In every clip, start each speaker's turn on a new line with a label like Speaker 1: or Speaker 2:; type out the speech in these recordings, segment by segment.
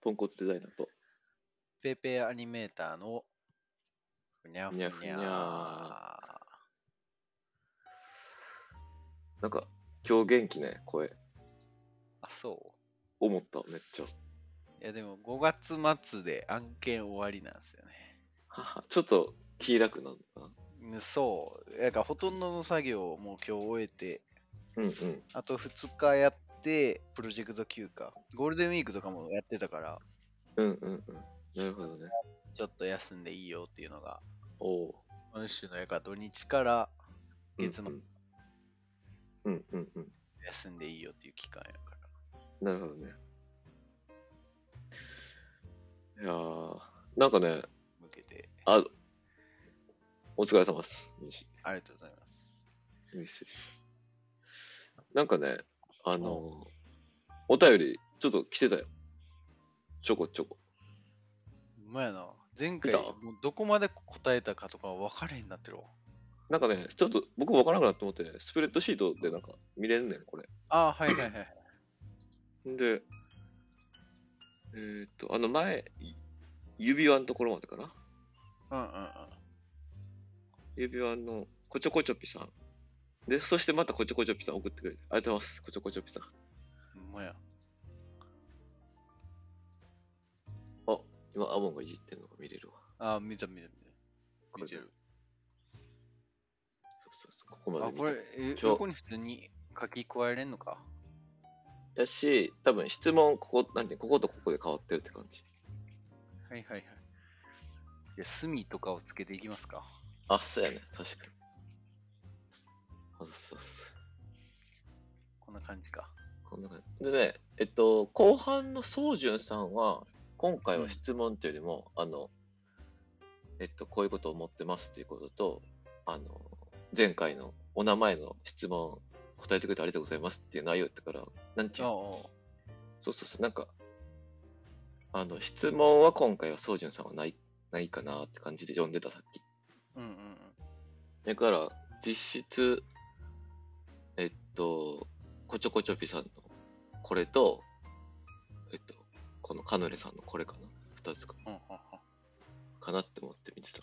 Speaker 1: ポンコツデザイナーと。
Speaker 2: ペーペーアニメーターのふにゃふにゃ
Speaker 1: ふにゃふにゃなんか、今日元気ね、声。
Speaker 2: あ、そ
Speaker 1: 思った、めっちゃ。
Speaker 2: う。いや、でも5月末で案件終わりなんですよね
Speaker 1: ははちょっと気楽なのかな。
Speaker 2: うん。そう。だからほとんどの作業をもう今日終えて、
Speaker 1: うんうん。
Speaker 2: あと2日やって、プロジェクト休暇。ゴールデンウィークとかもやってたから、
Speaker 1: うんうんうん。なるほどね。
Speaker 2: ちょっと休んでいいよっていうのが、
Speaker 1: おお。
Speaker 2: 今週のやから土日から月末
Speaker 1: うんうん。うんうんうん。
Speaker 2: 休んでいいよっていう期間やから。
Speaker 1: なるほどね。いやー、なんかね、
Speaker 2: 向けて、
Speaker 1: あ、お疲れ様です。よし
Speaker 2: ありがとうございます。
Speaker 1: よしよしなんかね、あのー、お便り、ちょっと来てたよ。ちょこちょこ。
Speaker 2: うまやな。前回、
Speaker 1: 見た
Speaker 2: もうどこまで答えたかとか分かれへんなってるわ。
Speaker 1: なんかね、ちょっと僕もわからなくなって思ってね、スプレッドシートでなんか見れんねん、これ。
Speaker 2: ああ、はいはいはい。
Speaker 1: んで、えーっと、あの前、い指輪のところまでかな。
Speaker 2: うんうん
Speaker 1: 指輪のこちょこちょぴさん。で、そしてまたこちょこちょぴさん送ってくれて、ありがとうございます、こちょこちょぴさん。
Speaker 2: うん。うまや。
Speaker 1: 今、アモンがいじってんのが見れるわ。
Speaker 2: ああ、見た見た見た。見
Speaker 1: こ
Speaker 2: てる。
Speaker 1: れそうそうそう、ここまで
Speaker 2: あ、
Speaker 1: 見て
Speaker 2: これ、え
Speaker 1: 今日
Speaker 2: 横に普通に書き加えれんのか。
Speaker 1: やし、多分質問、ここ、なんて、こことここで変わってるって感じ。
Speaker 2: はいはいはい。じゃあ、隅とかをつけていきますか。
Speaker 1: あ、そうやね、確かに。あ、そうそうそう。
Speaker 2: こんな感じか。
Speaker 1: こんな感じ。でね、えっと、後半の宗純さんは、今回は質問というよりも、あの、えっと、こういうことを思ってますということと、あの、前回のお名前の質問、答えてくれてありがとうございますっていう内容だったから、なんていう
Speaker 2: あ
Speaker 1: の
Speaker 2: あ、
Speaker 1: そうそうそう、なんか、あの、質問は今回は宗純さんはない、ないかなって感じで読んでたさっき。
Speaker 2: うんうんうん。
Speaker 1: だから、実質、えっと、こちょこちょぴさんのこれと、えっと、このカヌレさんのこれかな。二つか
Speaker 2: うんうんうん
Speaker 1: かなって思って見てた。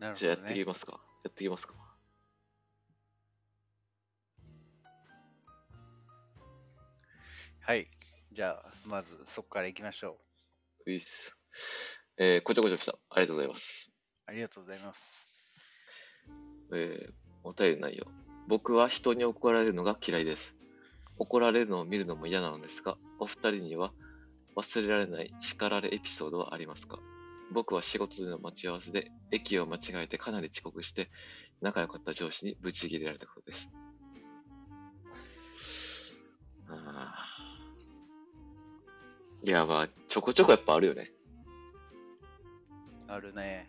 Speaker 2: なるほ
Speaker 1: じゃあ
Speaker 2: ど
Speaker 1: やってい
Speaker 2: ね
Speaker 1: き。ますか。やっていきますか。
Speaker 2: はい。じゃあ、まずそこからいきましょう。
Speaker 1: ウィス。えー、こちょこちょぴさん、ありがとうございます。
Speaker 2: ありがとうございます。
Speaker 1: えー、お便り内容。僕は人に怒られるのが嫌いです。怒られるのを見るのも嫌なのですが、お二人には忘れられない叱られエピソードはありますか僕は仕事での待ち合わせで駅を間違えてかなり遅刻して仲良かった上司にブチ切れられたことです。あーいや、まあ、ちょこちょこやっぱあるよね。
Speaker 2: あるね。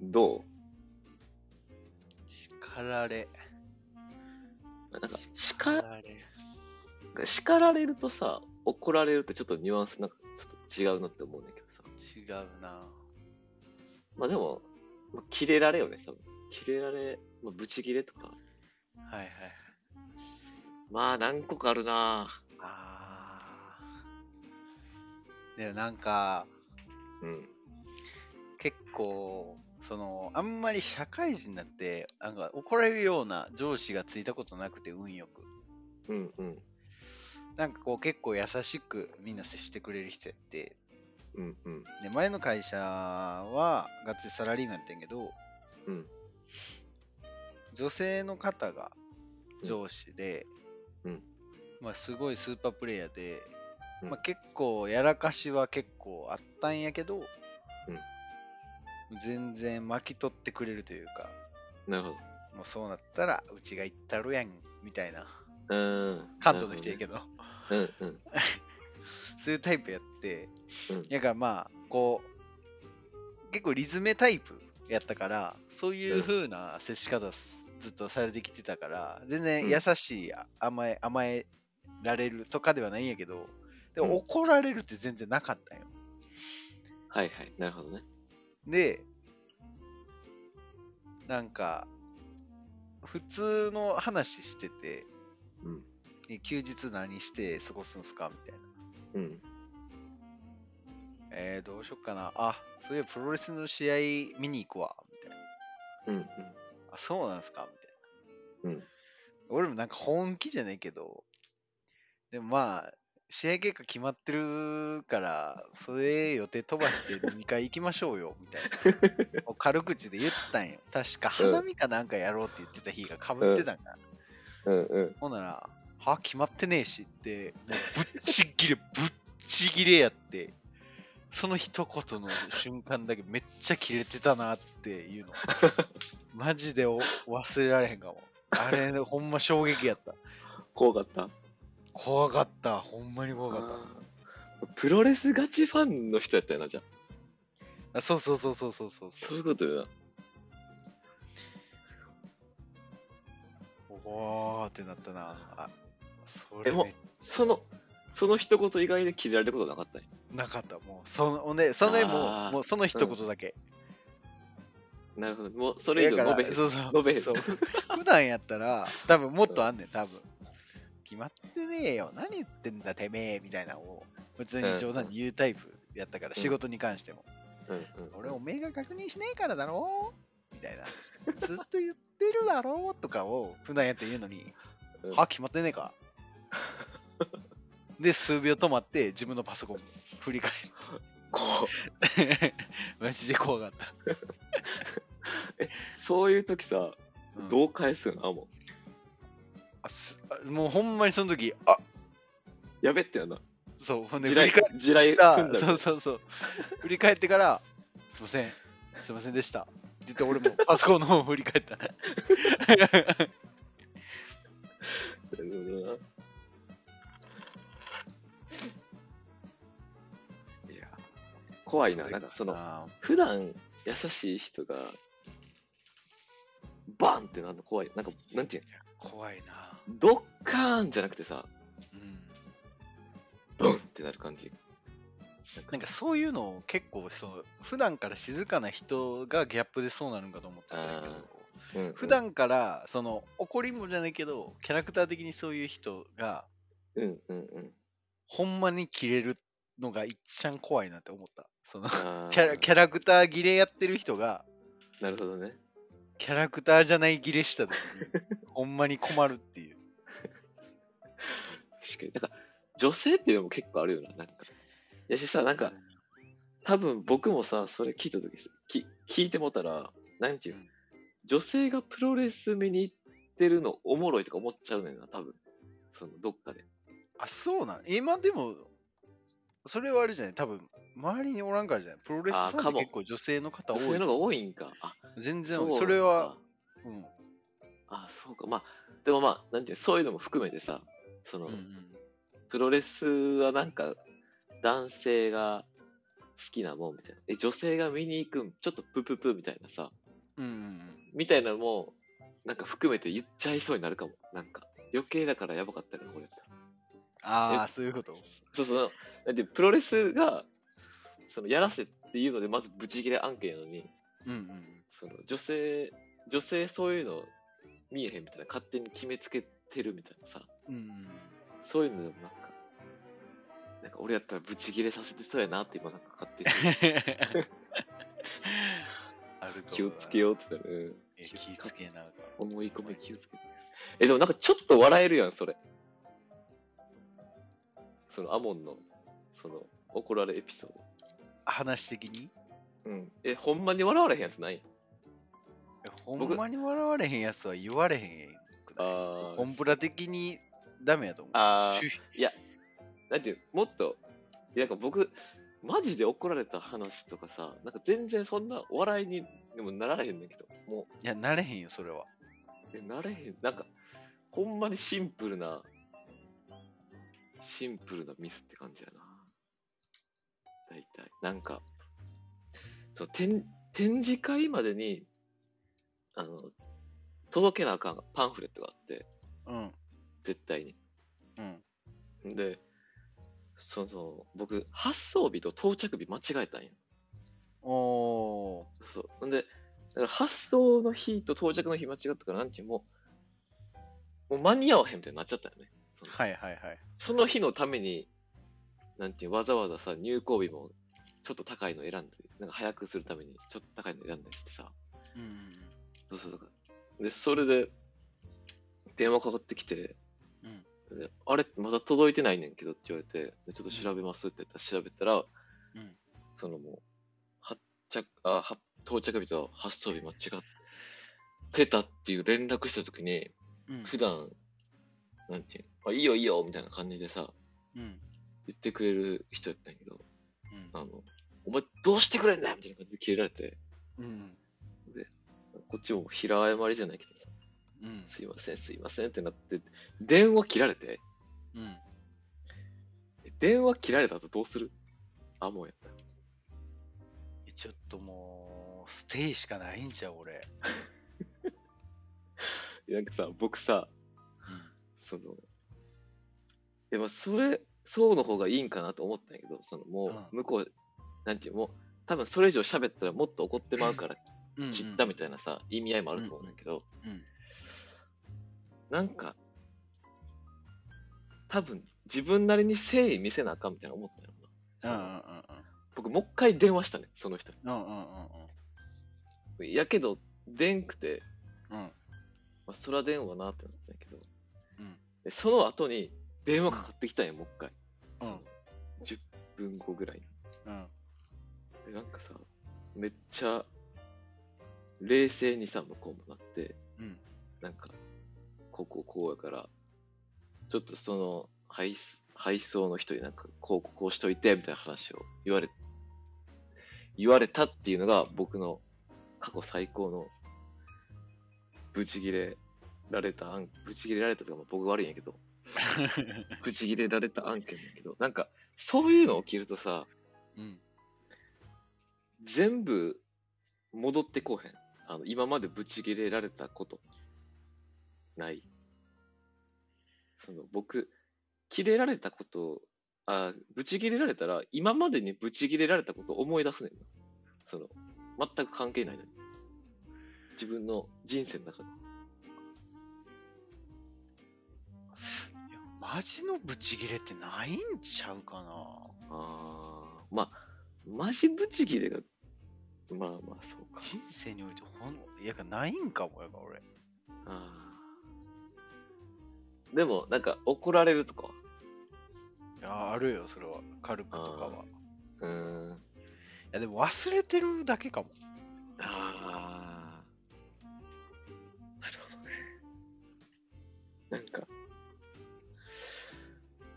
Speaker 1: ど
Speaker 2: 叱られ。
Speaker 1: うなんか、
Speaker 2: 叱
Speaker 1: 叱
Speaker 2: られ。
Speaker 1: 叱られるとさ、怒られるってちょっとニュアンスなんかちょっと違うなって思うんだけどさ。
Speaker 2: 違うな。
Speaker 1: まあでも、まあ、キレられよね、多分。キレられ、まあ、ブチ切れとか。
Speaker 2: はいはい。
Speaker 1: まあ何個かあるな
Speaker 2: あー。でもなんか、
Speaker 1: うん。
Speaker 2: 結構、その、あんまり社会人になって、なんか怒られるような上司がついたことなくて、運よく。
Speaker 1: うんうん。
Speaker 2: なんかこう結構優しくみんな接してくれる人やって、
Speaker 1: うんうん。
Speaker 2: で、前の会社は、がっつりサラリーマンやってんけど、
Speaker 1: うん
Speaker 2: 女性の方が上司で、
Speaker 1: うん
Speaker 2: まあ、すごいスーパープレイヤーで、
Speaker 1: うん
Speaker 2: まあ、結構やらかしは結構あったんやけど、全然巻き取ってくれるというか
Speaker 1: なるほど。
Speaker 2: もうそうなったらうちが行ったるやんみたいな
Speaker 1: うーん。
Speaker 2: 関東の人やけど
Speaker 1: どね。うんうん。
Speaker 2: そういうタイプやって、
Speaker 1: うん
Speaker 2: だからまあこう結構リズメタイプやったからそういう風な接し方すずっとされてきてたから全然
Speaker 1: うん
Speaker 2: 優しい、あ甘え甘えられるとかではないんやけどで
Speaker 1: うん
Speaker 2: も怒られるって全然なかったんよ、
Speaker 1: はいはい。なるほどね。
Speaker 2: でなんか普通の話してて
Speaker 1: うん。
Speaker 2: え休日何して過ごすんすかみたいな。
Speaker 1: うん。
Speaker 2: えー、どうしよっかな。あ、そういえばプロレスの試合見に行くわ。みたい
Speaker 1: う
Speaker 2: な。
Speaker 1: ん。うん。
Speaker 2: あ、そうなんすかみたいな。
Speaker 1: うん。
Speaker 2: 俺もなんか本気じゃないけど、でもまあ、試合結果決まってるから、それ予定飛ばして2回行きましょうよ、みたい な。もう軽口で言ったんよ。確か
Speaker 1: うん
Speaker 2: 花見かなんかやろうって言ってた日がかぶってたんかな。
Speaker 1: うん。うん。
Speaker 2: ほんなら、は決まってねえしって、もうぶっちぎれ、ぶっちぎれやって、その一言の瞬間だけめっちゃキレてたなってい うの。マジでお忘れられへんかも。あれ、ほんま衝撃やった。
Speaker 1: 怖かった
Speaker 2: 怖かった。ほんまに怖かっ
Speaker 1: あープロレスガチファンの人やったよな、じゃあ。
Speaker 2: た。あそうそうそうそうそうそうそ
Speaker 1: そういうことよな。
Speaker 2: う。おーってなったな。あそ
Speaker 1: で
Speaker 2: れ
Speaker 1: も
Speaker 2: めっち
Speaker 1: その、その一言以外で切れられることなかったんや
Speaker 2: ゃなかった。もう、その、ほんでそれ
Speaker 1: あ
Speaker 2: も、
Speaker 1: ー
Speaker 2: もうその一言だけ。
Speaker 1: なるほど。もう、それ以上
Speaker 2: だ
Speaker 1: 述
Speaker 2: か
Speaker 1: べ
Speaker 2: ら
Speaker 1: へん。
Speaker 2: そうそう
Speaker 1: 述べへん
Speaker 2: そう 普段やったら多分もっとあんねん多分決まってねえよ何言ってんだてめえみたいなのを普通に冗談で言うタイプやったから、
Speaker 1: うん
Speaker 2: 仕事に関しても、
Speaker 1: うん
Speaker 2: 俺おめえが確認しねえからだろみたいなずっと言ってるだろとかを普段やって言うのに、
Speaker 1: うん
Speaker 2: は決まってねえかで数秒止まって自分のパソコン振り返
Speaker 1: こ
Speaker 2: って マジで怖かった、
Speaker 1: う、そういう時さ、
Speaker 2: うん
Speaker 1: どう返すのあ、も
Speaker 2: あすあもうほんまにその時あ
Speaker 1: う。やべってやな。
Speaker 2: そうほんで
Speaker 1: 地
Speaker 2: 振り
Speaker 1: 雷
Speaker 2: 返、
Speaker 1: 地雷踏んだみたい
Speaker 2: そ
Speaker 1: な
Speaker 2: うそうそう。振り返ってから、すいません、すいませんでした。って言って、俺もパソコンの方を振り返った。
Speaker 1: なるほどな。いや、怖いな。なんかその、
Speaker 2: あ
Speaker 1: 普段優しい人が、バンってなるの怖い。なんか、なんていう
Speaker 2: ー怖いな。
Speaker 1: のドッカーンじゃなくてさ、
Speaker 2: うん。
Speaker 1: ドンってなる感じ。
Speaker 2: なんかそういうのを結構、その普段から静かな人がギャップでそうなるんかと思ってたんやけど
Speaker 1: あ、うんうん
Speaker 2: 普、段から、その怒りもじゃないけど、キャラクター的にそういう人が、
Speaker 1: うんうんうん。
Speaker 2: ほんまに切れるのがいっちゃん怖いなって思った。その
Speaker 1: あー
Speaker 2: キャラキャラクター切れやってる人が、
Speaker 1: なるほどね。
Speaker 2: キャラクターじゃないギレした時 にほんまに困るっていう
Speaker 1: 確かに。なんか、女性っていうのも結構あるよな。なんか。やしさ、なんか、多分僕もさ、それ聞いたとき、き聞いてもたら、なんていうの、
Speaker 2: うん
Speaker 1: 女性がプロレス見に行ってるのおもろいとか思っちゃうねんな、多分。その、どっかで。
Speaker 2: あそうなん今でもそれはあれじゃない多分周りにおらんからじゃないプロレスフ
Speaker 1: あー
Speaker 2: ァン
Speaker 1: か
Speaker 2: って
Speaker 1: も
Speaker 2: 結構女性の方
Speaker 1: そう
Speaker 2: 多
Speaker 1: いう
Speaker 2: い
Speaker 1: のが多いんか。あ、
Speaker 2: 全然
Speaker 1: う
Speaker 2: 多
Speaker 1: ないん
Speaker 2: それは、うん
Speaker 1: か。あ、そうか。まあ、でもまあ、なんていうのそういうのも含めてさ、その、
Speaker 2: うんうん
Speaker 1: プロレスはなんか、男性が好きなもんみたいな。え、女性が見に行くん、ちょっとプププみたいなさ、
Speaker 2: うんうん
Speaker 1: みたいなのも、なんか含めて言っちゃいそうになるかも。なんか、余計だからやばかったよな、これ。
Speaker 2: ああそういうこと
Speaker 1: そうそう。だってプロレスが、そのやらせっていうので、まずブチギレ案件やのに、
Speaker 2: うんうん
Speaker 1: その女性、女性そういうの見えへんみたいな、勝手に決めつけてるみたいなさ、
Speaker 2: うんうん
Speaker 1: そういうのでもなんか、なんか俺やったらブチギレさせてそうやなって今なんか勝手に
Speaker 2: あるか も
Speaker 1: 気をつけようってなる、
Speaker 2: え気をつけな
Speaker 1: うん思い込み気をつけて。え、でもなんかちょっと笑えるやん、それ。そのアモンの、その怒られエピソー
Speaker 2: 話的に
Speaker 1: ド。うん。え、ほんまに笑われへんやつない
Speaker 2: えほんまに笑われへんやつは言われへんくない
Speaker 1: あ
Speaker 2: コンプラ的にダメやと思う
Speaker 1: あー
Speaker 2: 主
Speaker 1: なんていうのもっと、いやなんか僕、マジで怒られた話とかさ、なんか全然そんな笑いにでもなられへんねんけど、も
Speaker 2: いや、なれへんよ、それは。
Speaker 1: う、えなれへん、なんか、ほんまにシンプルな、シンプルなミスって感じやな。大体。なんか、そう、展展示会までに、あの、届けなあかんパンフレットがあって、
Speaker 2: うん。
Speaker 1: 絶対に。
Speaker 2: うん。
Speaker 1: で、その、僕、発送日と到着日間違えたんよ。
Speaker 2: おー。
Speaker 1: そう。んで、だから発送の日と到着の日間違ったから、なんていうのもう、もう間に合わへんみたいになっちゃったよね。その
Speaker 2: はいはいはい。
Speaker 1: その日のために、なんていう、わざわざさ、入校日もちょっと高いの選んで、なんか早くするためにちょっと高いの選んだりしてさ、
Speaker 2: うんうんうん。
Speaker 1: そうそうそう。で、それで、電話かかってきて、
Speaker 2: うん
Speaker 1: であれ、まだ届いてないねんけどって言われて、でちょっと調べますって言ったら調べたら、
Speaker 2: うん
Speaker 1: そのもう、発着、あ、発到着日と発送日間違ってたっていう連絡した時に、
Speaker 2: うん
Speaker 1: 普段、なんていうのあ、いいよいいよみたいな感じでさ、
Speaker 2: うん
Speaker 1: 言ってくれる人やったんやけど、
Speaker 2: うん
Speaker 1: あの、お前どうしてくれんだよみたいな感じで切れられて、
Speaker 2: うん
Speaker 1: こっちも平謝りじゃないけどさ、
Speaker 2: うん
Speaker 1: すいません、すいませんってなって、電話切られて、
Speaker 2: うん
Speaker 1: 電話切られた後どうするあ、もうやった。
Speaker 2: えちょっともうステイしかないんじゃう俺、
Speaker 1: いやなんかさ、僕さ、その、いやまあそれ、そうの方がいいんかなと思ったんやけど、そのもう、向こう、なんていう、もう、多分それ以上喋ったらもっと怒ってまうから
Speaker 2: うんうん
Speaker 1: 切ったみたいなさ、意味合いもあると思うんだけど、
Speaker 2: うんうん
Speaker 1: なんか、多分自分なりに誠意見せなあかんみたいな思ったよな。
Speaker 2: うんうん
Speaker 1: 僕、もう一回電話したね、その人
Speaker 2: うんうんうんうん
Speaker 1: に。やけど、でんくて、
Speaker 2: うんうん
Speaker 1: まあ、そら電話なってなったんやけど、
Speaker 2: うん
Speaker 1: でその後に電話かかってきたんや、もう一回。
Speaker 2: う
Speaker 1: そ
Speaker 2: ん
Speaker 1: の10分後ぐらいに
Speaker 2: うん
Speaker 1: で、なんかさ、めっちゃ、冷静にさ、向こうもなって、
Speaker 2: うん
Speaker 1: なんか、こうこうこうやから、ちょっとその配す、配送の人になんか、こうこうこうしといて、みたいな話を言われ、言われたっていうのが僕の過去最高の、ブチギレられた案、ブチギレられたとか、まあ僕が悪いんやけど、ブチギレられた案件だけど、なんか、そういうの起きるとさ、
Speaker 2: うん
Speaker 1: 全部戻ってこうへん。あの、今までブチ切れられたこと、ない。その、僕、切れられたこと、あ、ブチ切れられたら、今までにブチ切れられたことを思い出すねんな。その、全く関係ないのに。自分の人生の中で。
Speaker 2: いやマジのブチギレってないんちゃうかな
Speaker 1: あー、まあ、マジブチ切れが、まあまあ、そうか。
Speaker 2: 人生においてほんいやないんかもやっぱ俺
Speaker 1: あーでも、なんか、怒られるとかは。
Speaker 2: いやあるよそれは軽くとか
Speaker 1: あ
Speaker 2: は
Speaker 1: ーうーん。
Speaker 2: いやでも忘れてるだけかも
Speaker 1: ああ。なるほどね。なんか、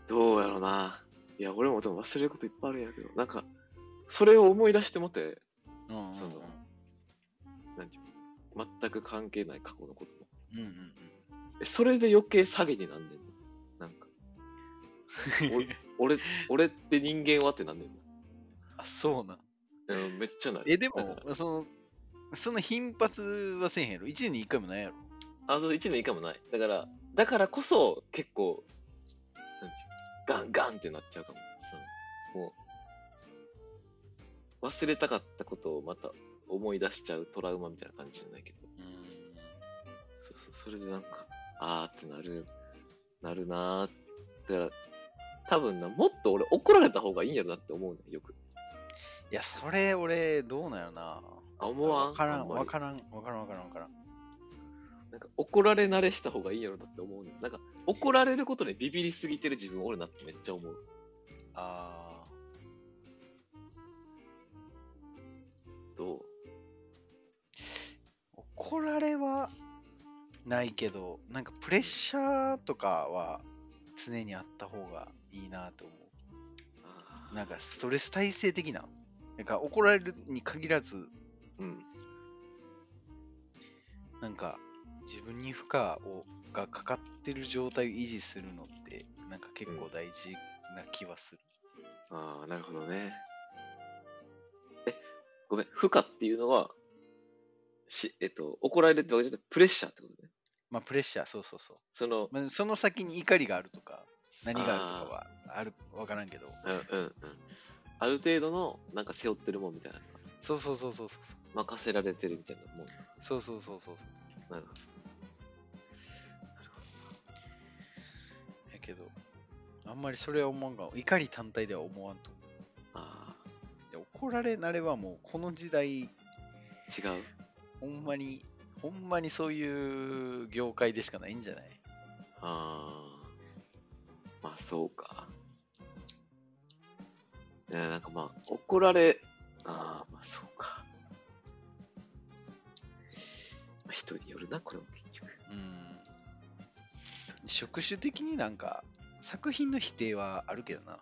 Speaker 1: どうやろうな。いや、俺もでも忘れることいっぱいあるんやけど、なんか、それを思い出してもて、
Speaker 2: うんうん
Speaker 1: そうそうなんていうの全く関係ない過去のことも。
Speaker 2: うんうんうん
Speaker 1: えそれで余計詐欺になんねんの。なんか、 俺、俺って人間はってなんねんの。
Speaker 2: あそうなん
Speaker 1: うん、めっちゃない。
Speaker 2: えで
Speaker 1: なんか
Speaker 2: もそのその頻発はせえへんやろ1年に1回もないやろ
Speaker 1: あ、そう、1年以下もない。だから、だからこそ、結構、なんていうガンガンってなっちゃうかも。その、もう、忘れたかったことをまた思い出しちゃうトラウマみたいな感じじゃないけど、そうそう、それでなんか、あーってなる、なるなーって。だから、多分な、もっと俺怒られた方がいいんやろなって思うね、よく。
Speaker 2: いやそれ俺どうなんやろな
Speaker 1: あ、思わん
Speaker 2: わからんわ
Speaker 1: ん
Speaker 2: からんわからんわからんわからん
Speaker 1: まり。なんか、怒られ慣れした方がいいんやろなって思うね。なんか、怒られることにビビりすぎてる自分おるなってめっちゃ思う。
Speaker 2: あ
Speaker 1: どう
Speaker 2: ー怒られはないけどなんかプレッシャーとかは常にあった方がいいなと思
Speaker 1: あ
Speaker 2: う
Speaker 1: ー
Speaker 2: なんかストレス耐性的ななんか怒られるに限らず
Speaker 1: うん。
Speaker 2: なんか自分に負荷をがかかってる状態を維持するのってなんか結構大事な気はする、
Speaker 1: ああ、なるほどね。え、ごめん、負荷っていうのは、し、えっと、怒られるってわけじゃなくて、プレッシャーってことね。
Speaker 2: まあプレッシャーそうそうそう、
Speaker 1: その、
Speaker 2: まあ、その先に怒りがあるとか何があるとかはあるわからんけど
Speaker 1: うんうんうん。ある程度の、なんか背負ってるもんみたいな。
Speaker 2: そうそうそうそうそう
Speaker 1: 任せられてるみたいなもん。
Speaker 2: そうそうそうそうそう
Speaker 1: なるほど。
Speaker 2: えけど、あんまりそれは思わんが、怒り単体では思わんと思
Speaker 1: あ
Speaker 2: う。いや怒られなればもう、この時代、
Speaker 1: あ、違う。
Speaker 2: ほんまに、ほんまにそういう業界でしかないんじゃない
Speaker 1: ああ、まあそうか。ね、なんかまあ怒られ、ああ、まあそうか。まあ、人によるな、これも結局。
Speaker 2: うん。職種的になんか、作品の否定はあるけどな。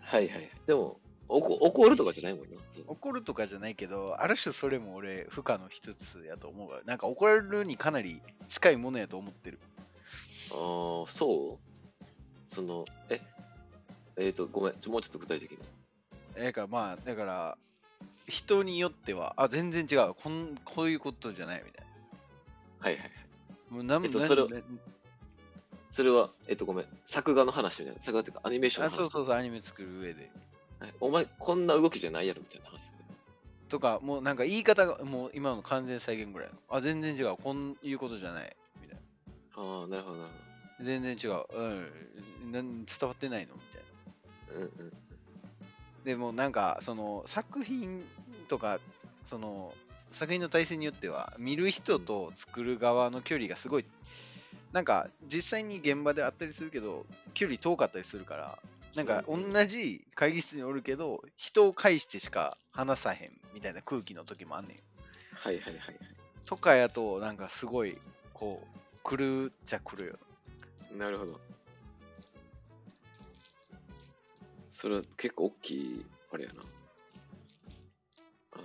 Speaker 1: はいはい。でも、おこ怒るとかじゃないもんな。そう
Speaker 2: 怒るとかじゃないけど、ある種それも俺、負荷の一つやと思うが、なんか怒られるにかなり近いものやと思ってる。
Speaker 1: ああ、そうその、え、えっ、と、ごめん、ちょもうちょっと具体的に。
Speaker 2: ええからまあ、だから、人によっては、あ、全然違う、こんこういうことじゃないみたい
Speaker 1: はいはいはい。
Speaker 2: な。もうなん
Speaker 1: えっと
Speaker 2: なん
Speaker 1: それを
Speaker 2: なん
Speaker 1: それは、えっ、と、ごめん、作画の話みたいな。作画っていうか、アニメーションの
Speaker 2: あ
Speaker 1: 話。
Speaker 2: そうそうそう、アニメ作る上で。
Speaker 1: はいお前、こんな動きじゃないやろみたいな話。
Speaker 2: とか、もうなんか言い方が、もう今の完全再現ぐらいの。あ、全然違う、こんいうことじゃない。みたいな。
Speaker 1: ああ、なるほどなるほど。
Speaker 2: 全然違う、うん、なん伝わってないのみたい
Speaker 1: う
Speaker 2: な。
Speaker 1: んうん。
Speaker 2: でもなんかその作品とかその作品の体制によっては見る人と作る側の距離がすごいなんか実際に現場であったりするけど距離遠かったりするからなんか
Speaker 1: う
Speaker 2: 同
Speaker 1: んうん
Speaker 2: じ会議室におるけど人を介してしか話さへんみたいな空気の時もあんねん
Speaker 1: はいはいはい。
Speaker 2: とかやとなんかすごいこう来るっちゃ来るよ
Speaker 1: なるほど。それは結構大きい、あれやな。あの、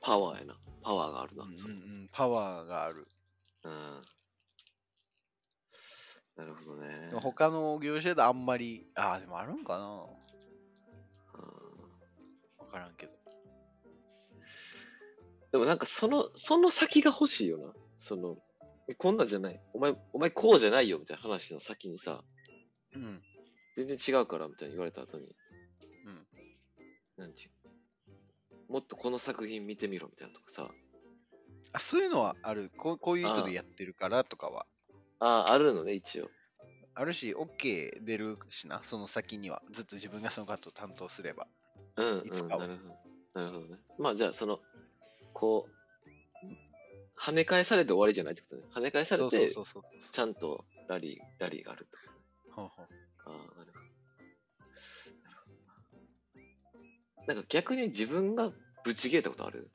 Speaker 1: パワーやな。パワーがあるな。
Speaker 2: うんうん
Speaker 1: そう
Speaker 2: うんパワーがある
Speaker 1: うん。なるほどね。
Speaker 2: 他の業種だとあんまりああでもあるんかな
Speaker 1: うん
Speaker 2: 分からんけど
Speaker 1: でもなんかその、その先が欲しいよな。その、えこんなんじゃない。お前、お前こうじゃないよみたいな話の先にさ、
Speaker 2: うん
Speaker 1: 全然違うからみたいに言われた後に、
Speaker 2: うん。
Speaker 1: なんちゅう。もっとこの作品見てみろみたいなとかさ、
Speaker 2: あそういうのはあるこうこういう意図でやってるからとかは
Speaker 1: ああ、あるのね、一応。
Speaker 2: あるし OK 出るしなその先にはずっと自分がそのカットを担当すれば
Speaker 1: うん、うん、
Speaker 2: いつか
Speaker 1: な
Speaker 2: は
Speaker 1: るほど。なるほどね。まあじゃあ、その、こう、跳ね返されて終わりじゃないってことね。跳ね返され
Speaker 2: そうそう
Speaker 1: て、
Speaker 2: そうそう
Speaker 1: ちゃんとラリー、ラリーがあると。
Speaker 2: ほうほう
Speaker 1: ああ、なるほど。なんか逆に自分がぶち切れたことある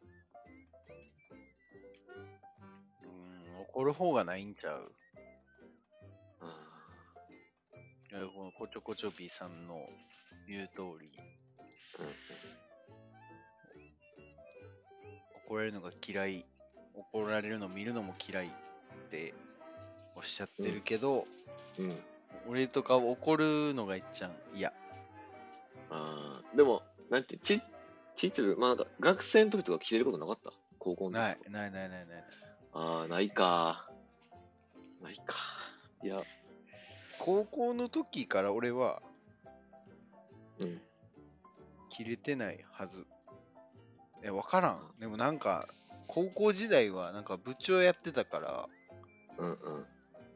Speaker 2: うーん怒る方がないんちゃう
Speaker 1: あ
Speaker 2: いやこのこちょこちょ B さんの言う通り
Speaker 1: ーうん
Speaker 2: 怒られるのが嫌い怒られるの見るのも嫌いっておっしゃってるけど、
Speaker 1: うん。うん。
Speaker 2: 俺とかは怒るのがいっちゃん嫌
Speaker 1: ああ、でも、なんて、ち、ちっちゃい、まあなんか学生の時とか着れることなかった高校の時とか
Speaker 2: ないないないないない
Speaker 1: ああ、ないか。ないか。いや、
Speaker 2: 高校の時から俺は
Speaker 1: うん。
Speaker 2: 切れてないはずえ分からんでもなんか高校時代はなんか部長やってたか
Speaker 1: うんうん。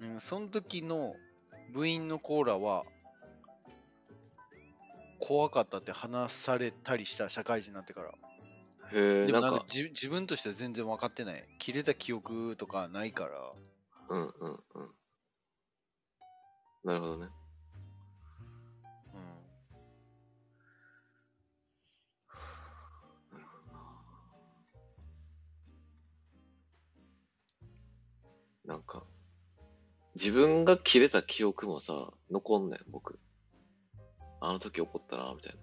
Speaker 2: ら、うん、その時の部員のコーラは怖かったって話されたりした社会人になってから
Speaker 1: へえ、
Speaker 2: で
Speaker 1: な
Speaker 2: も
Speaker 1: ん
Speaker 2: なん
Speaker 1: か
Speaker 2: か、じ自分としては全然分かってない切れた記憶とかないから
Speaker 1: うんうんうん。なるほどね。
Speaker 2: う
Speaker 1: なるほどな。なんか、自分が切れた記憶もさ、残んねん、僕。あの時怒ったな、みたいな。
Speaker 2: ん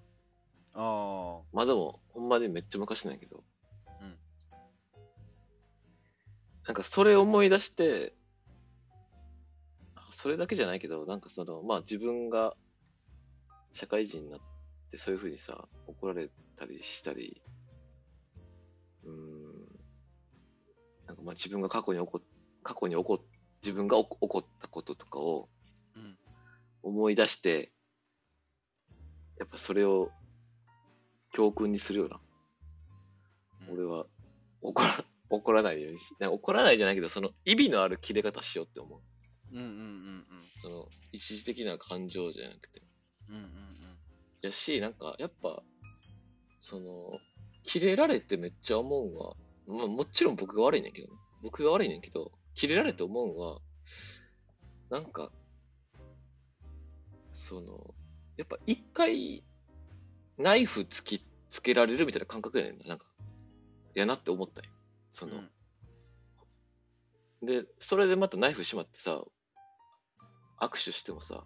Speaker 2: ああ
Speaker 1: まあでも、ほんまにめっちゃ昔なんやけど。
Speaker 2: うん。
Speaker 1: なんか、それ思い出して、あそれだけじゃないけど、なんかその、まあ自分が社会人になって、そういうふうにさ、怒られたりしたり、うーん。なんかまあ自分が過去に起こ、過去に起こ、自分が起こ起こったこととかを
Speaker 2: うん
Speaker 1: 思い出して、やっぱそれを教訓にするような。
Speaker 2: うん
Speaker 1: 俺は怒ら、怒らないようにし、なんか怒らないじゃないけど、その意味のある切れ方しようって思う。
Speaker 2: うんうんうん
Speaker 1: その一時的な感情じゃなくて
Speaker 2: うんうんうん
Speaker 1: やしなんかやっぱそのキレられてめっちゃ思うんは、まあ、もちろん僕が悪いねんけどね僕が悪いねんけどキレられて思うんはなんかそのやっぱ一回ナイフ突きつけられるみたいな感覚やねんななんかやなって思ったんよその、
Speaker 2: うん
Speaker 1: でそれでまたナイフしまってさ握手してもさ、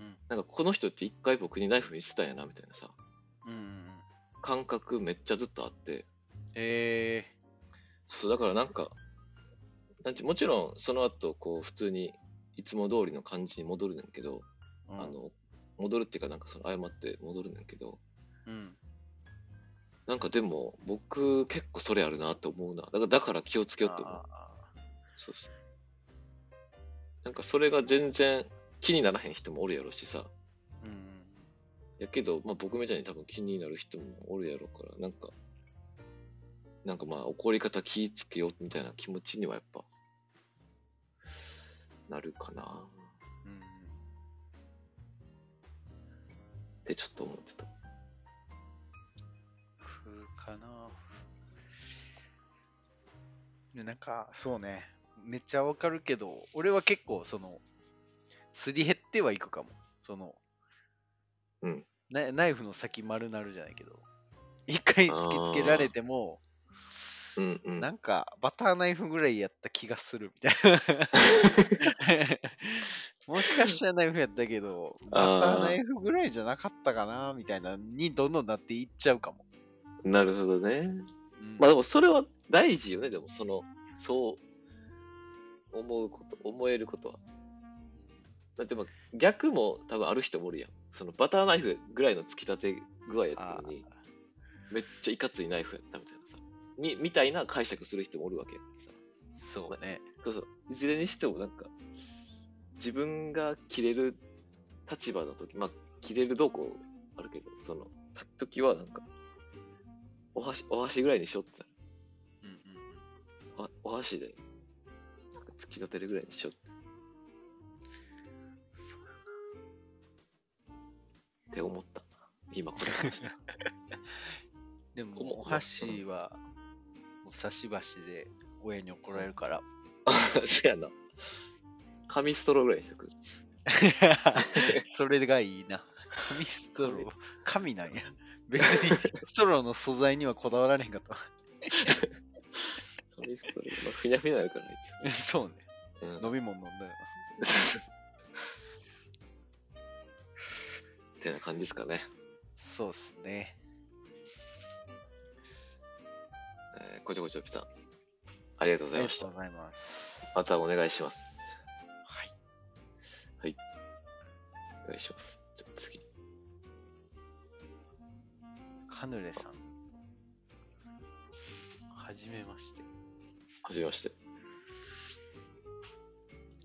Speaker 2: うん
Speaker 1: なんかこの人って一回僕にナイフ見せたんやなみたいなさ
Speaker 2: うんうん
Speaker 1: 感覚めっちゃずっとあって
Speaker 2: え
Speaker 1: そうだからなんかなんてもちろんその後こう普通にいつも通りの感じに戻るねんけど、
Speaker 2: ー、うん
Speaker 1: あの戻るっていうかなんかその謝って戻るねんけど
Speaker 2: うん
Speaker 1: なんかでも僕結構それあるなって思うなだからだから気をつけようって思う
Speaker 2: あー
Speaker 1: そうそうなんかそれが全然気にならへん人もおるやろしさ
Speaker 2: うんうん
Speaker 1: やけど、まあ、僕みたいに多分気になる人もおるやろからなんかなんかまあ怒り方気ぃつけようみたいな気持ちにはやっぱなるかな
Speaker 2: うんうん
Speaker 1: ってちょっと思ってた
Speaker 2: 風かなでなんかそうねめっちゃわかるけど俺は結構そのすり減ってはいくかもその、
Speaker 1: うん
Speaker 2: なナイフの先丸なるじゃないけど一回突きつけられても
Speaker 1: うんうん
Speaker 2: なんかバターナイフぐらいやった気がするみたい なもしかしたらナイフやったけどバターナイフぐらいじゃなかったかなみたいなにどんどんなっていっちゃうかも、
Speaker 1: なるほどね
Speaker 2: うん
Speaker 1: まあでもそれは大事よねでもそのそう思うこと思えることはだってまあ逆も多分ある人もおるやんそのバターナイフぐらいの突き立て具合やったのにめっちゃいかついナイフやったみたいなさみみたいな解釈する人もおるわけやからさ
Speaker 2: そうね。
Speaker 1: そうそういずれにしてもなんか自分が切れる立場の時まあ切れるどうこうあるけどその時はなんかお箸お箸ぐらいにしようって
Speaker 2: うんうん
Speaker 1: なるおお箸でなんか突き立てるぐらいにしようってって思った今これ話した
Speaker 2: で
Speaker 1: 思う
Speaker 2: も、お箸は、もう差し箸で親に怒られる から。
Speaker 1: あそうやな紙ストローぐらいにしとく
Speaker 2: それがいいな。紙ストロー。紙なんや。別にストローの素材にはこだわられへんかっ
Speaker 1: 紙ストロー、まあ、ふにゃふにゃやからい
Speaker 2: た。そうね。
Speaker 1: つも、うん
Speaker 2: 飲み物飲んだよ
Speaker 1: ってな感じですかね。
Speaker 2: そうっすね。
Speaker 1: えー、こちょこちょぴさん、ありがとうご
Speaker 2: あ
Speaker 1: ざい
Speaker 2: りが
Speaker 1: まし
Speaker 2: と
Speaker 1: た
Speaker 2: う。ございます。
Speaker 1: またお願いします。
Speaker 2: はい。
Speaker 1: お願いします。じゃあ次。
Speaker 2: カヌレさん。はじめまして。
Speaker 1: はじめまして。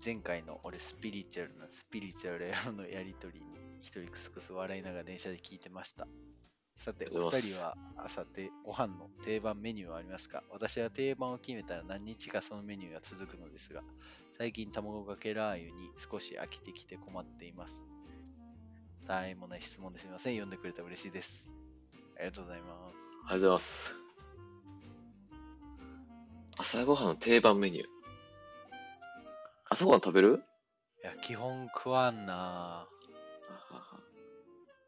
Speaker 2: 前回の俺スピリチュアルなスピリチュアルやろのやりとりに一人クスクス笑いながら電車で聞いてました。さて、
Speaker 1: ありがと
Speaker 2: お
Speaker 1: うござ
Speaker 2: 二
Speaker 1: います
Speaker 2: 人は朝てご飯の定番メニューはありますか私は定番を決めたら何日かそのメニューが続くのですが、最近卵かけラー油に少し飽きてきて困っています。たわいもない質問ですみません。読んでくれたら嬉しいです。ありがとうございま
Speaker 1: あ
Speaker 2: す。
Speaker 1: りがとうございます。朝ごはんの定番メニュー。朝ごはん食べる
Speaker 2: いや、基本食わんなぁ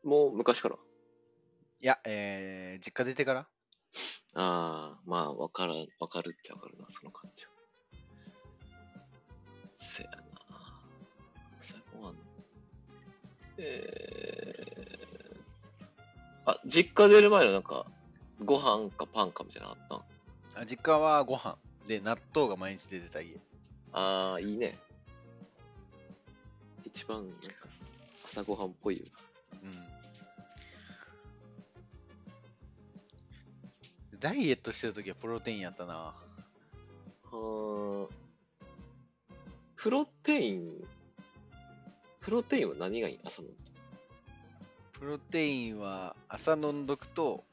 Speaker 1: もう昔から。
Speaker 2: いや、えー、実家出てから
Speaker 1: ああ、まあ、わからん、わかるってわかるな、その感じは。せやな。朝ごはん。えー、あ、実家出る前のなんか、ご飯かパンかみたいなのあったん
Speaker 2: あ実家はご飯で納豆が毎日出てた家
Speaker 1: ああ、いいね。一番、なんか、朝ごはんっぽいよ
Speaker 2: うんダイエットしてる時はプロテインやったな
Speaker 1: な。はープロテイン、プロテインは何がいい朝の。
Speaker 2: プロテインは朝飲んどくと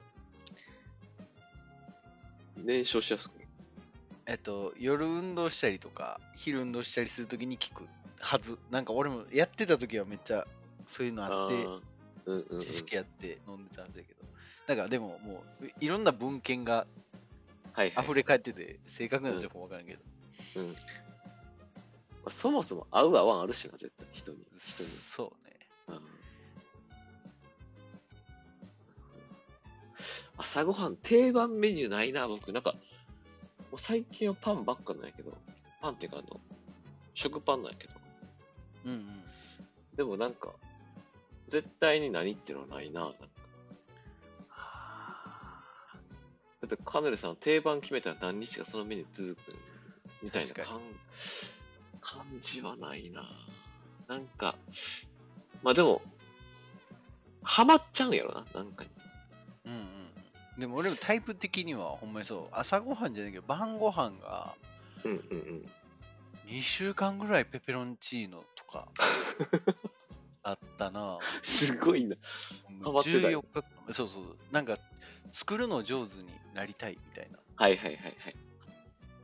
Speaker 1: 燃焼しやすく。
Speaker 2: えっと夜運動したりとか昼運動したりする時に効くはずなんか俺もやってた時はめっちゃそういうのあって
Speaker 1: ーうんうんうん
Speaker 2: 知識やって飲んでたんだけどだからでももういろんな文献が
Speaker 1: はいはい
Speaker 2: 溢れ返ってて正確な情報わからんけど、
Speaker 1: まあそもそも合う合わんあるしな、絶対、人に。人に
Speaker 2: そうね
Speaker 1: うん朝ごはん、定番メニューないな、僕。なんか、もう最近はパンばっかなんやけど、パンっていうか、あの、食パンなんやけど。
Speaker 2: うんうん
Speaker 1: でもなんか、絶対に何ってのはないな。なんかだって、カヌレさん、定番決めたら何日かそのメニュー続くみたいな
Speaker 2: 確か
Speaker 1: 感感じはないな。なんか、まあでも、ハマっちゃうんやろな、なんかに。
Speaker 2: うんうんでも俺もタイプ的にはほんまにそう朝ごはんじゃないけど晩ごはんが
Speaker 1: うんうんうん。
Speaker 2: 2週間ぐらいペペロンチーノと かあったな
Speaker 1: すごいな。ハマってた
Speaker 2: 14日間そうそうなんか作るの上手になりたいみたいな
Speaker 1: はいはいはいはい。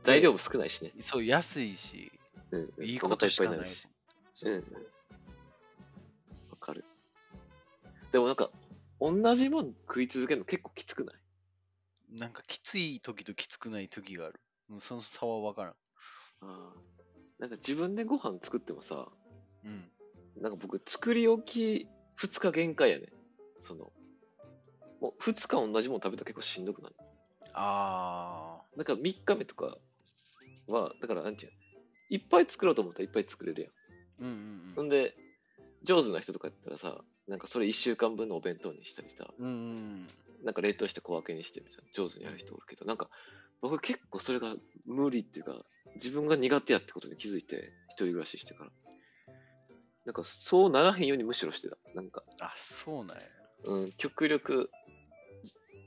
Speaker 1: 材料も少ないしね。
Speaker 2: そう安いし
Speaker 1: うんうん
Speaker 2: いいことしかない
Speaker 1: お腹っぱにるし
Speaker 2: そううん
Speaker 1: うん。わかる。でもなんか、同じもん食い続けるの結構きつくない
Speaker 2: なんかきつい時ときつくない時がある。もうその差は分からん。
Speaker 1: なんか自分でご飯作ってもさ、
Speaker 2: うん。
Speaker 1: なんか僕、作り置き2日限界やね。その、もう2日同じもん食べたら結構しんどくなる。
Speaker 2: あ
Speaker 1: なんか3日目とかは、だからなんていうのいっぱい作ろうと思ったらいっぱい作れるやん。
Speaker 2: ー。うんう
Speaker 1: ほ
Speaker 2: ん
Speaker 1: んで、上手な人とかやったらさ、なんかそれ1週間分のお弁当にしたりさ、
Speaker 2: うん。うんうん。
Speaker 1: なんか冷凍して小分けにしてみたいな、上手にやる人おるけど、なんか僕結構それが無理っていうか、自分が苦手やってことに気づいて、一人暮らししてから。なんかそうならへんようにむしろしてた。なんか、
Speaker 2: あ、そうなんや。
Speaker 1: うん、極力、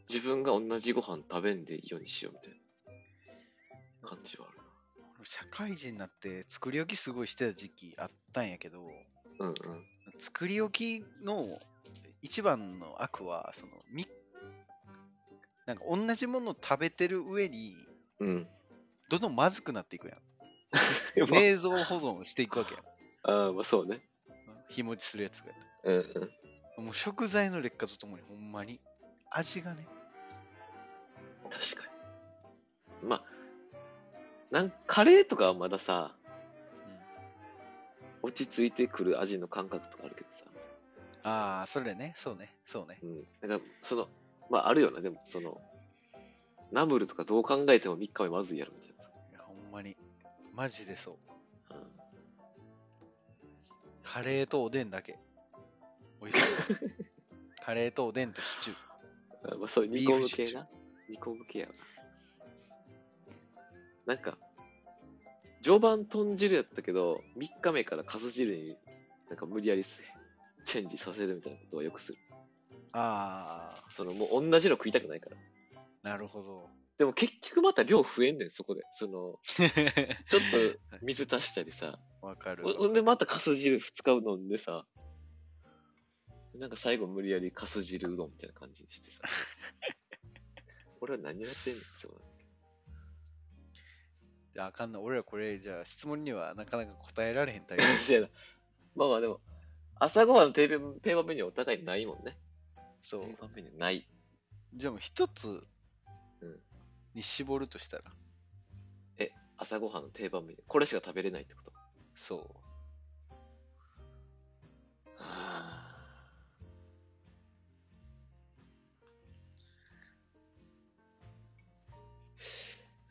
Speaker 1: じ自分が同じご飯食べんでいいようにしようみたいな感じはある。
Speaker 2: 俺社会人になって作り置きすごいしてた時期あったんやけど、
Speaker 1: うんうん。
Speaker 2: 作り置きの一番の悪は、その、み、なんか同じものを食べてる上に、
Speaker 1: うん。
Speaker 2: どんどんまずくなっていくやん。
Speaker 1: ま
Speaker 2: 冷蔵保存していくわけやん。
Speaker 1: あ、あーまあそうね。
Speaker 2: 日持ちするやつがやっ
Speaker 1: うんうん。
Speaker 2: たもう食材の劣化とともにほんまに味がね、
Speaker 1: 確かに。まあ、なんカレーとかはまださ、
Speaker 2: うん
Speaker 1: 落ち着いてくる味の感覚とかあるけどさ、
Speaker 2: ああ、それね、そうね、そうね。
Speaker 1: うん。なんか、その、まああるよな、でも、その、ナムルとかどう考えても3日目まずいやろみたいなさ。
Speaker 2: いやほんまに、マジでそう。
Speaker 1: うん
Speaker 2: カレーとおでんだけ。おいしい。カレーとおでんとシチュー。
Speaker 1: あまあそう、
Speaker 2: ビ
Speaker 1: 煮
Speaker 2: ー
Speaker 1: 込
Speaker 2: フ
Speaker 1: む
Speaker 2: シチュー
Speaker 1: 系な。煮込む系やわなんか、序盤豚汁やったけど、3日目からカス汁になんか無理やりすチェンジさせるみたいなことはよくする。
Speaker 2: ああ、
Speaker 1: その、もう同じの食いたくないから。
Speaker 2: なる ほど。
Speaker 1: でも結局また量増えんねん、そこで。その、ちょっと水足したりさ。
Speaker 2: わかる。
Speaker 1: ほほんでまたカス汁2日飲んでさ。なんか最後無理やりカス汁うどんみたいな感じにしてさ。俺は何やってんのそう
Speaker 2: あかんな。俺らこれ、じゃあ質問にはなかなか答えられへんタイプ。
Speaker 1: そうやなまあまあでも、朝ごはんの定番定番メニューお互いないもんね。
Speaker 2: そう。
Speaker 1: 定番メニューない。
Speaker 2: じゃあもう一つ
Speaker 1: うん
Speaker 2: に絞るとしたら、
Speaker 1: 朝ごはんの定番メニュー。これしか食べれないってこと。
Speaker 2: そ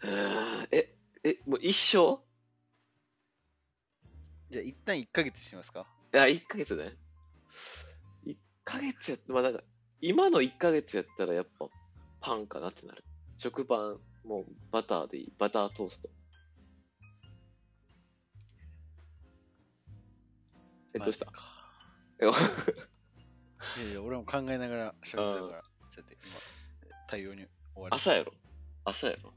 Speaker 1: あーえ、え、もう一生
Speaker 2: う。じゃあ一旦1ヶ月にしますか
Speaker 1: いや、1ヶ月ね。1ヶ月やっまあなんか、今の1ヶ月やったらやっぱパンかなってなる。食パン、もうバターでいい。バタートースト。え、どうした
Speaker 2: マジか
Speaker 1: えお
Speaker 2: いやいや、俺も考えながら喋ってたから、ちょっと今、対応に追われて
Speaker 1: 朝やろ朝やろ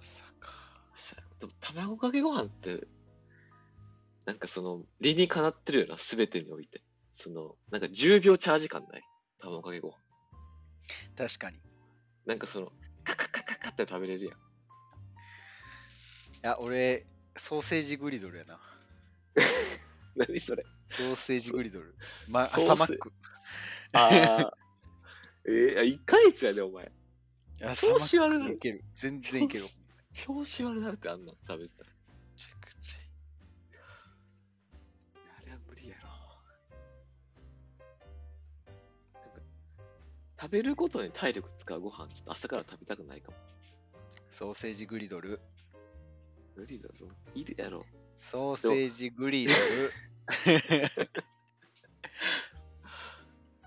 Speaker 2: 朝か。
Speaker 1: 朝やろ でも卵かけご飯って、なんかその、理にかなってるよな、すべてにおいて。その、なんか10秒チャージ感ない卵かけご飯。
Speaker 2: 確かに。
Speaker 1: なんかその、カカカカカっったら食べれるやん。
Speaker 2: や、俺、ソーセージグリドルやな。
Speaker 1: 何それ。
Speaker 2: ソーセージグリドル。ま、
Speaker 1: ソーセ
Speaker 2: 朝マック。
Speaker 1: ああ。 えー、1ヶ月やで、お前。
Speaker 2: 朝マ
Speaker 1: 調子悪
Speaker 2: ッ
Speaker 1: な
Speaker 2: ク
Speaker 1: る
Speaker 2: いける。全然いける。め
Speaker 1: 調調子悪なるってあんなん食べてたら。
Speaker 2: ちゃくちゃいい
Speaker 1: あれは無理やろ。なんか食べることに体力使うご飯、ちょっと朝から食べたくないかも。
Speaker 2: ソーセージグリドル。
Speaker 1: 無理だぞ。いるやろ。
Speaker 2: ソーセージグリドル。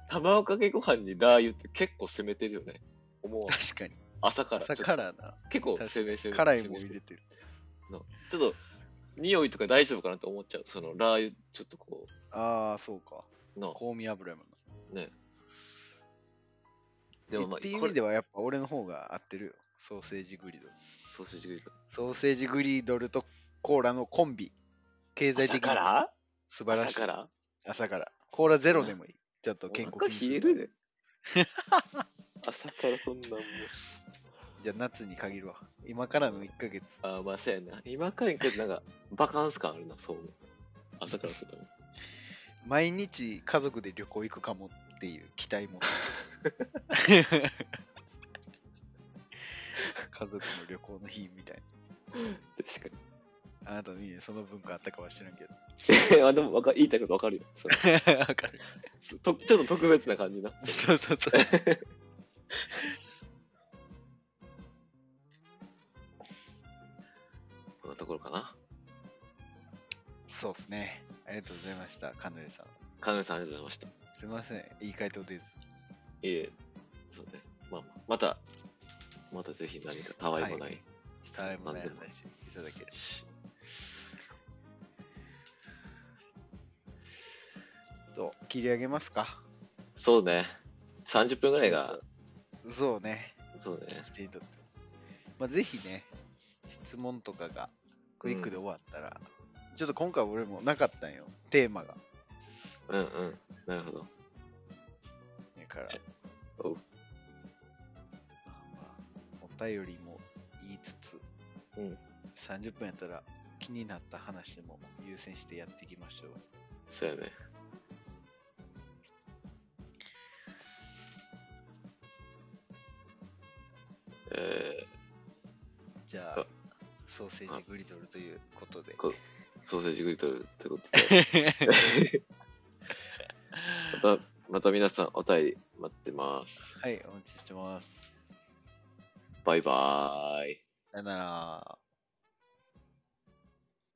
Speaker 1: 卵かけご飯にラー油って結構攻めてるよね。思うわ
Speaker 2: 確かに。
Speaker 1: 朝から。
Speaker 2: 朝
Speaker 1: ちょっと
Speaker 2: からな。
Speaker 1: 結構
Speaker 2: 確
Speaker 1: 攻め攻め。
Speaker 2: 辛い
Speaker 1: 攻
Speaker 2: も
Speaker 1: め
Speaker 2: ん
Speaker 1: 攻
Speaker 2: 入
Speaker 1: め
Speaker 2: れてる。
Speaker 1: のちょっと、匂いとか大丈夫かなって思っちゃう。そのラー油、ちょっとこ
Speaker 2: ああ、そうか。
Speaker 1: う、の。
Speaker 2: 香味油やもんな。
Speaker 1: ね。で
Speaker 2: で
Speaker 1: もまあ、
Speaker 2: っていう意
Speaker 1: これ
Speaker 2: 味ではやっぱ俺の方が合ってるよ。ソーセージグリドル。
Speaker 1: ソーセージグリル。
Speaker 2: ソーセージグリドルとコーラのコンビ。経済
Speaker 1: 朝
Speaker 2: 的
Speaker 1: か
Speaker 2: に
Speaker 1: ら
Speaker 2: 素晴らしい
Speaker 1: 朝か。ら
Speaker 2: 朝から。コーラゼロでもいい。ちょっと
Speaker 1: お
Speaker 2: 健康
Speaker 1: 腹
Speaker 2: 気にす
Speaker 1: 冷えるで。 朝からそんなんもう。
Speaker 2: じゃあ夏に限るわ。今からの1ヶ月。
Speaker 1: あーまあ、そうやな。今からにかけてなんか、バカンス感あるな、そう思う。朝からするとね。
Speaker 2: 毎日家族で旅行行くかもっていう期待も。家族の旅行の日みたい
Speaker 1: 確かに。
Speaker 2: な。あなたの家にその文化あったかは知らんけど。
Speaker 1: え あでもわか言いたいことわかるよそれ
Speaker 2: わかる。
Speaker 1: そと。ちょっと特別な感じな。
Speaker 2: そうそうそう。
Speaker 1: こんなところかな。
Speaker 2: そうですね。ありがとうございました、カヌレさん。
Speaker 1: カヌレさんありがとうございました。い
Speaker 2: すいません、いい回答です。
Speaker 1: え、そうね。まあまあ、また、またぜひ何かたわいもな
Speaker 2: はい
Speaker 1: 質
Speaker 2: たわい
Speaker 1: 問
Speaker 2: も
Speaker 1: な
Speaker 2: なんい
Speaker 1: でも
Speaker 2: 話いただける。
Speaker 1: し
Speaker 2: と、切り上げますか。
Speaker 1: そうね。30分ぐらいが、
Speaker 2: そうね、
Speaker 1: そうね。
Speaker 2: 聞き手にとっては。まあ、ぜひね、質問とかがクイックで終わったら、ちょっと今回俺もなかったんよ、テーマが。
Speaker 1: うんうん。なるほど。
Speaker 2: だから、
Speaker 1: おう
Speaker 2: まあまあ、お便りも言いつつ、
Speaker 1: うん
Speaker 2: 30分やったら気になった話も優先してやっていきましょう。
Speaker 1: そうやね。え
Speaker 2: じゃあ
Speaker 1: あ、
Speaker 2: ソーセージグリドルということで。
Speaker 1: こー、ソーセージグリトルってことで。 また、また皆さんお便り待ってます。
Speaker 2: はい、お待ちしてます。
Speaker 1: バイバーイ。
Speaker 2: さよなら。